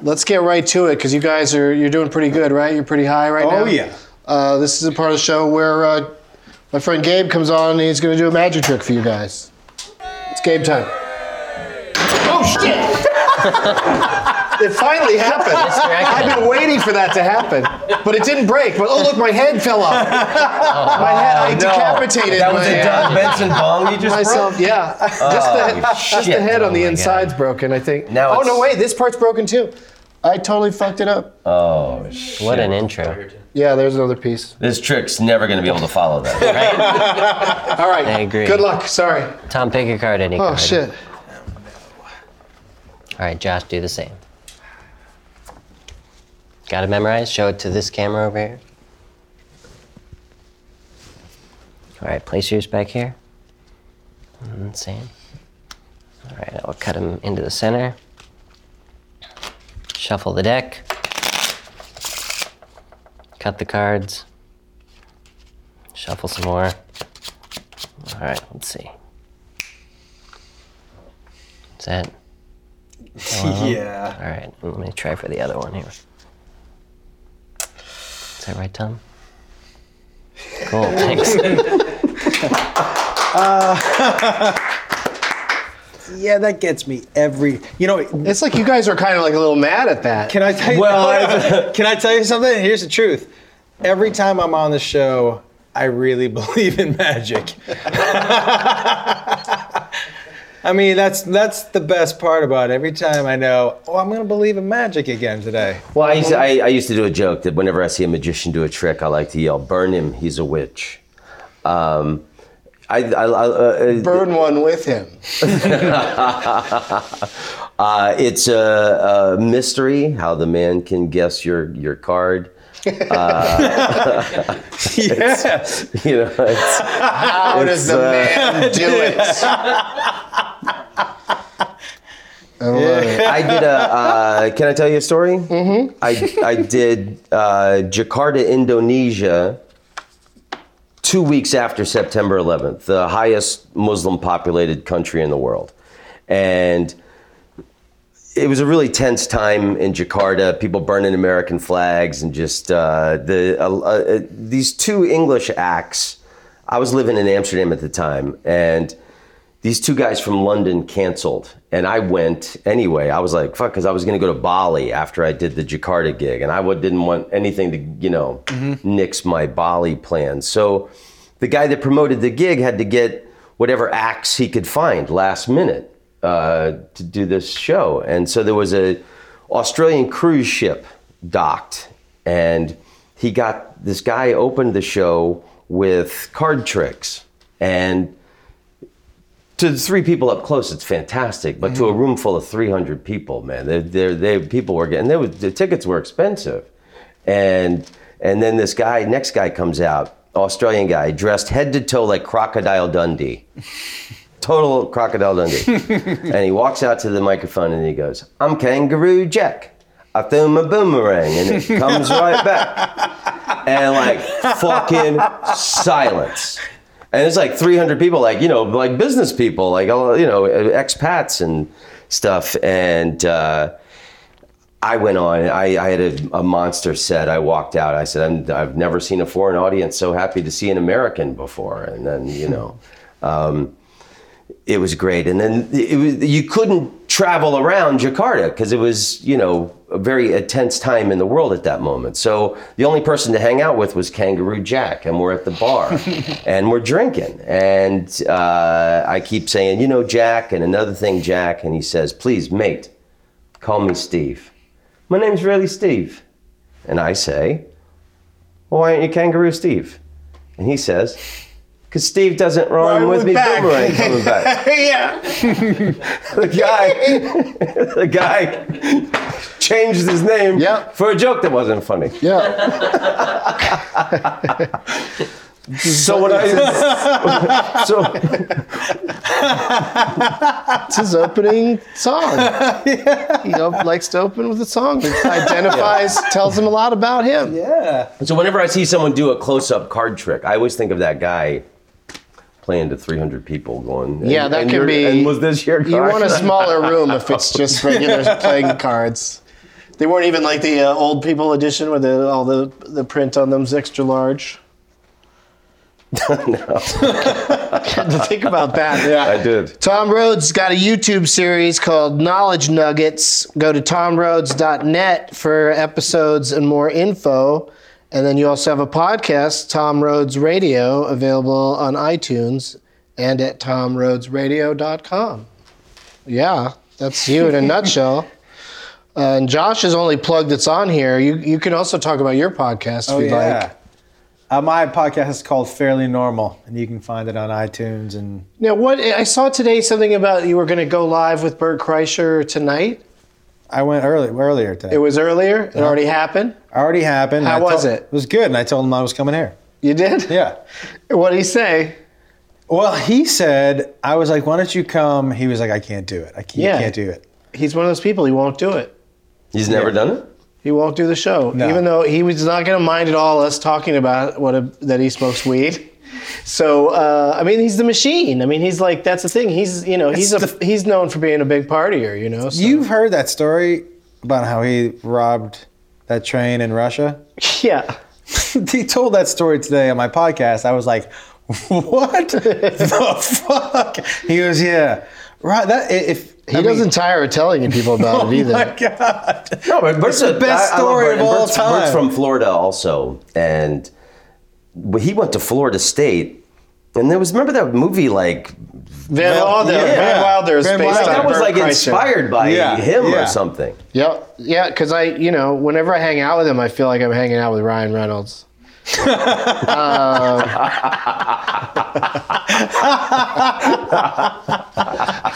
Let's get right to it because you guys are you're doing pretty good, right? You're pretty high right now. Oh, yeah. Uh, this is a part of the show where uh, my friend Gabe comes on and he's going to do a magic trick for you guys. It's Gabe time. Oh shit! it finally happened. I've been waiting for that to happen, but it didn't break. But oh look, my head fell off. My head, I decapitated That was my- uh, a Doug Benson bong you just myself. broke? Oh, Yeah, just the, just the shit. head on the Oh my inside's broken. I think. Now oh no, it's- wait, this part's broken too. I totally fucked it up. Oh, shit. What an intro. Yeah, there's another piece. This trick's never going to be able to follow that. All right. I agree. Good luck. Sorry. Tom, pick a card, any Oh card. shit. All right, Josh, do the same. Got it memorized? Show it to this camera over here. All right, place yours back here. Mm, Same. All right, I'll cut them into the center. Shuffle the deck. Cut the cards. Shuffle some more. All right, let's see. Is that? Yeah. All right, let me try for the other one here. Is that right, Tom? Cool, thanks. Yeah, that gets me every. You know, It's like you guys are kind of like a little mad at that. can I tell you? Well, can I tell you something? Here's the truth. Every time I'm on the show, I really believe in magic. I mean, that's that's the best part about it. Every time I know, oh, I'm gonna believe in magic again today. Well, I used, to, I, I used to do a joke that whenever I see a magician do a trick, I like to yell, burn him, he's a witch. Um, I, I, I, uh, Burn one with him. Uh, it's a, a mystery how the man can guess your your card. Yes. You know, it's, How does the uh, man do it? I did a. Uh, can I tell you a story? Mm-hmm. I I did uh, Jakarta, Indonesia. Two weeks after September 11th, the highest Muslim populated country in the world, and it was a really tense time in Jakarta. People burning American flags and just uh, the uh, uh, these two English acts. I was living in Amsterdam at the time, and these two guys from London canceled, and I went anyway. I was like, "Fuck," because I was going to go to Bali after I did the Jakarta gig, and I wa- didn't want anything to, you know, nix my Bali plans. So, the guy that promoted the gig had to get whatever acts he could find last minute uh, to do this show, and so there was a Australian cruise ship docked, and he got this guy opened the show with card tricks And to the three people up close, it's fantastic. But to a room full of 300 people, man, they they they people were getting, they were, the tickets were expensive. And, and then this guy, next guy comes out, Australian guy, dressed head to toe like Crocodile Dundee. Total Crocodile Dundee. and he walks out to the microphone and he goes, I'm Kangaroo Jack. I threw my boomerang and it comes right back. And like fucking silence. And it's like 300 people, like, you know, like business people, like, all, you know, expats and stuff. And, uh, I went on. I, I had a, a monster set. I walked out. I said, I'm, "I've never seen a foreign audience so happy to see an American before." And then you know, um, it was great. And then it was, you couldn't travel around Jakarta because it was you know a very intense time in the world at that moment. So the only person to hang out with was Kangaroo Jack, and we're at the bar and we're drinking. And uh, I keep saying, "You know, Jack," and another thing, Jack, and he says, "Please, mate, call me Steve." My name's really Steve. And I say, well, Why aren't you Kangaroo Steve? And he says, Because Steve doesn't rhyme with me boomerang coming back. yeah. the guy, the guy changed his name for a joke that wasn't funny. Yeah. So when I so it's his opening song. He op- likes to open with a song that identifies, tells him a lot about him. Yeah. So whenever I see someone do a close-up card trick, I always think of that guy playing to 300 people going. and- yeah, that and can you're- be. And was this your You card? want a smaller room if it's just regular playing cards. They weren't even like the uh, old people edition where the, all the, the print on them's extra large. Had to think about that. Yeah. I did. Tom Rhodes got a YouTube series called Knowledge Nuggets. Go to tomrhodes.net for episodes and more info. And then you also have a podcast, Tom Rhodes Radio, available on iTunes and at tomrhodesradio.com. Yeah, that's you in a nutshell. Uh, and Josh is only plug that's on here. You you can also talk about your podcast if Oh you'd yeah. like. Uh, my podcast is called Fairly Normal, and you can find it on iTunes and Now, what I saw today something about you were going to go live with Bert Kreischer tonight. I went early earlier today. It was earlier. It already happened. already happened. How I was told- it? It was good, and I told him I was coming here. You did? Yeah. What did he say? Well, he said I was like, "Why don't you come?" He was like, "I can't do it. I can't, Yeah. can't do it." He's one of those people. He won't do it. He's never done it? He won't do the show, No. even though he was not going to mind at all us talking about what a, that he smokes weed. So uh, I mean, he's the machine. I mean, he's like that's the thing. He's you know he's a, he's known for being a big partier. You know. So. You've heard that story about how he robbed that train in Russia. yeah. he told that story today on my podcast. I was like, "What the fuck?" He goes, "Yeah, right." That i- if He doesn't tire of telling you people about it either. my god, No, but Bert's the best love story Bert. of And all Bert's- time. Bert's from Florida also, and but he went to Florida State, and there was remember that movie like Van Wilder, yeah. Van Wilder, is Van based Wilder. on that was Bert like Kreischer. inspired by Yeah, him yeah. or something. Yep. Yeah, because I, you know, whenever I hang out with him, I feel like I'm hanging out with Ryan Reynolds. Uh,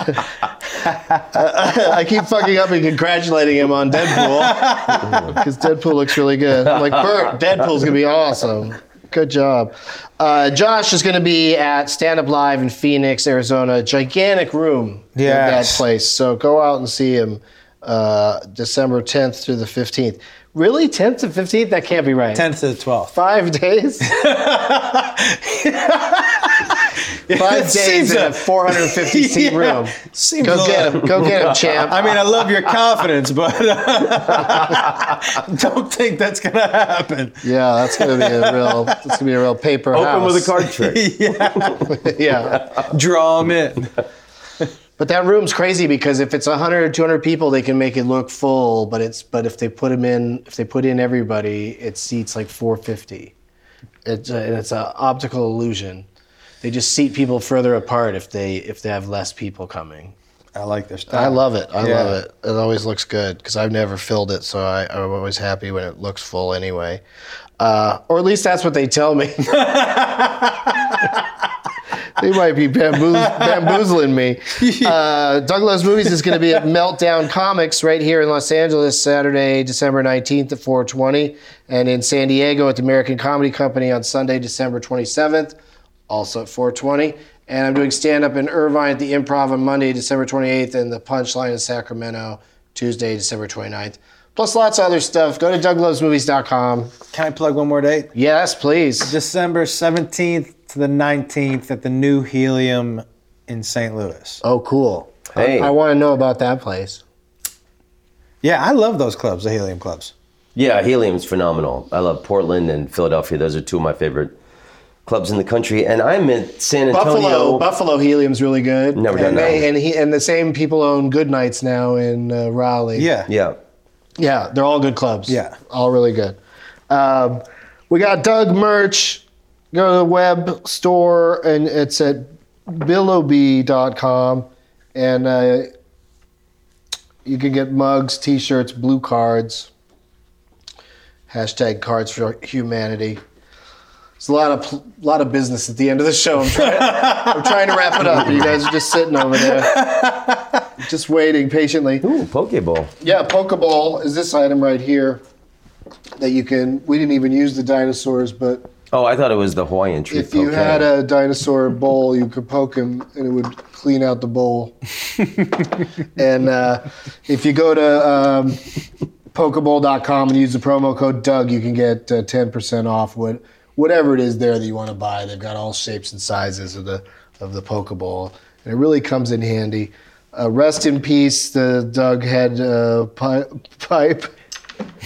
um, I keep fucking up and congratulating him on Deadpool because Deadpool looks really good. I'm like, Bert, Deadpool's gonna be awesome. Good job. Uh, Josh is going to be at Stand Up Live in Phoenix, Arizona. Gigantic room. in That Yes. place place. So go out and see him uh, December 10th through the 15th. Really, 10th to 15th? That can't be right. tenth to the twelfth. Five days? Five days Seems in a a- 450 seat Yeah, room. seems a Go get little- him. Go get him, champ. I mean, I love your confidence, but don't think that's gonna happen. yeah, that's gonna be a real. That's gonna be a real paper Open house. with a card trick. yeah, Draw him in. but that room's crazy because if it's 100, 200 people, they can make it look full. But it's but if they put them in, if they put in everybody, it seats like 450. It's a, and it's an optical illusion. They just seat people further apart if they if they have less people coming. I like their stuff. I love it. I Um, Yeah. love it. It always looks good because I've never filled it, so I, I'm always happy when it looks full anyway. Uh, or at least that's what they tell me. They might be bamboozling, bamboozling me. Uh, Doug Loves Movies is going to be at Meltdown Comics right here in Los Angeles Saturday, December 19th at 420, and in San Diego at the American Comedy Company on Sunday, December 27th, also at 420. And I'm doing stand up in Irvine at the Improv on Monday, December 28th, and the Punchline in Sacramento, Tuesday, December 29th. Plus lots of other stuff. Go to douglovesmovies.com. Can I plug one more date? Yes, please. December 17th to the 19th at the New Helium in St. Louis. Oh, cool. Hey. I, want to know about that place. Yeah, I love those clubs, the Helium clubs. Yeah, Helium's phenomenal. I love Portland and Philadelphia. Those are two of my favorite clubs in the country. And I'm in San Antonio. Buffalo, Buffalo Helium's really good. Never done and that they, one. and, he, and the same people own Good Nights now in uh, Raleigh. Yeah. Yeah, they're all good clubs. Yeah. All really good. Um, we got Doug merch. Go to the web store, and it's at billowbee.com. And uh, you can get mugs, t shirts, blue cards, hashtag cards for humanity. It's a lot of pl- lot of business at the end of the show. I'm trying, I'm trying to wrap it up. You guys are just sitting over there, just waiting patiently. Ooh, Pokeball. Yeah, Pokeball is this item right here that you can. We didn't even use the dinosaurs, but Oh, I thought it was the Hawaiian tree. if you poke. had a dinosaur bowl, you could poke him and it would clean out the bowl. and uh, if you go to um, pokeball.com and use the promo code Doug, you can get uh, 10% off what, whatever it is there that you want to buy. They've got all shapes and sizes of the, of the Pokeball, and it really comes in handy. Uh, rest in peace, the Doug head uh, pi- pipe.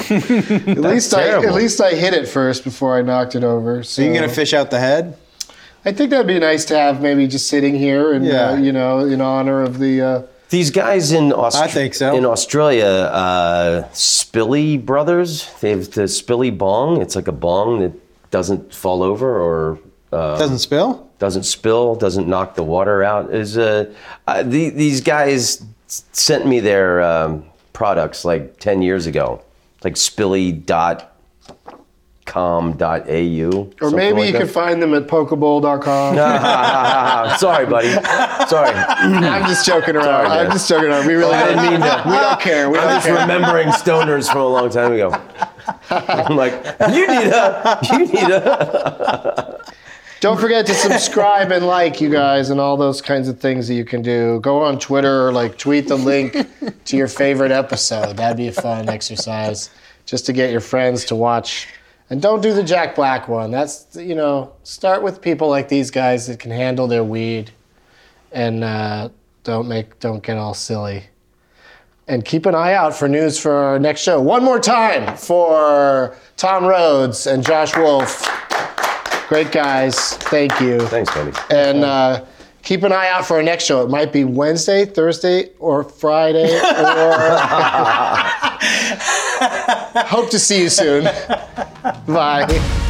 at least I terrible. at least I hit it first before I knocked it over. So So you're going to fish out the head? I think that'd be nice to have maybe just sitting here and Yeah. uh, you know in honor of the. Uh, These guys in Australia, I think so. In Australia, uh, Spilly Brothers. They have the Spilly Bong. It's like a bong that doesn't fall over or uh, Doesn't spill? doesn't spill, doesn't knock the water out. Is uh, uh, the, these guys s- sent me their um, products like ten years ago, like Spilly.com.au. or maybe you can find them at pokeball.com. find. Sorry, buddy. Sorry. I'm just joking around. Sorry, I'm man. just joking around. We really I didn't mean to. We don't care. We I'm don't just care. remembering stoners from a long time ago. I'm like, you need a, you need a. Don't forget to subscribe and like, you guys, and all those kinds of things that you can do. Go on Twitter, like tweet the link to your favorite episode. That'd be a fun exercise just to get your friends to watch. And don't do the Jack Black one. That's, you know, start with people like these guys that can handle their weed and uh, don't make, don't get all silly. And keep an eye out for news for our next show. One more time for Tom Rhodes and Josh Wolf. Great guys. Thank you. Thanks, buddy. And uh, keep an eye out for our next show. It might be Wednesday, Thursday, or Friday. Or hope to see you soon. Bye.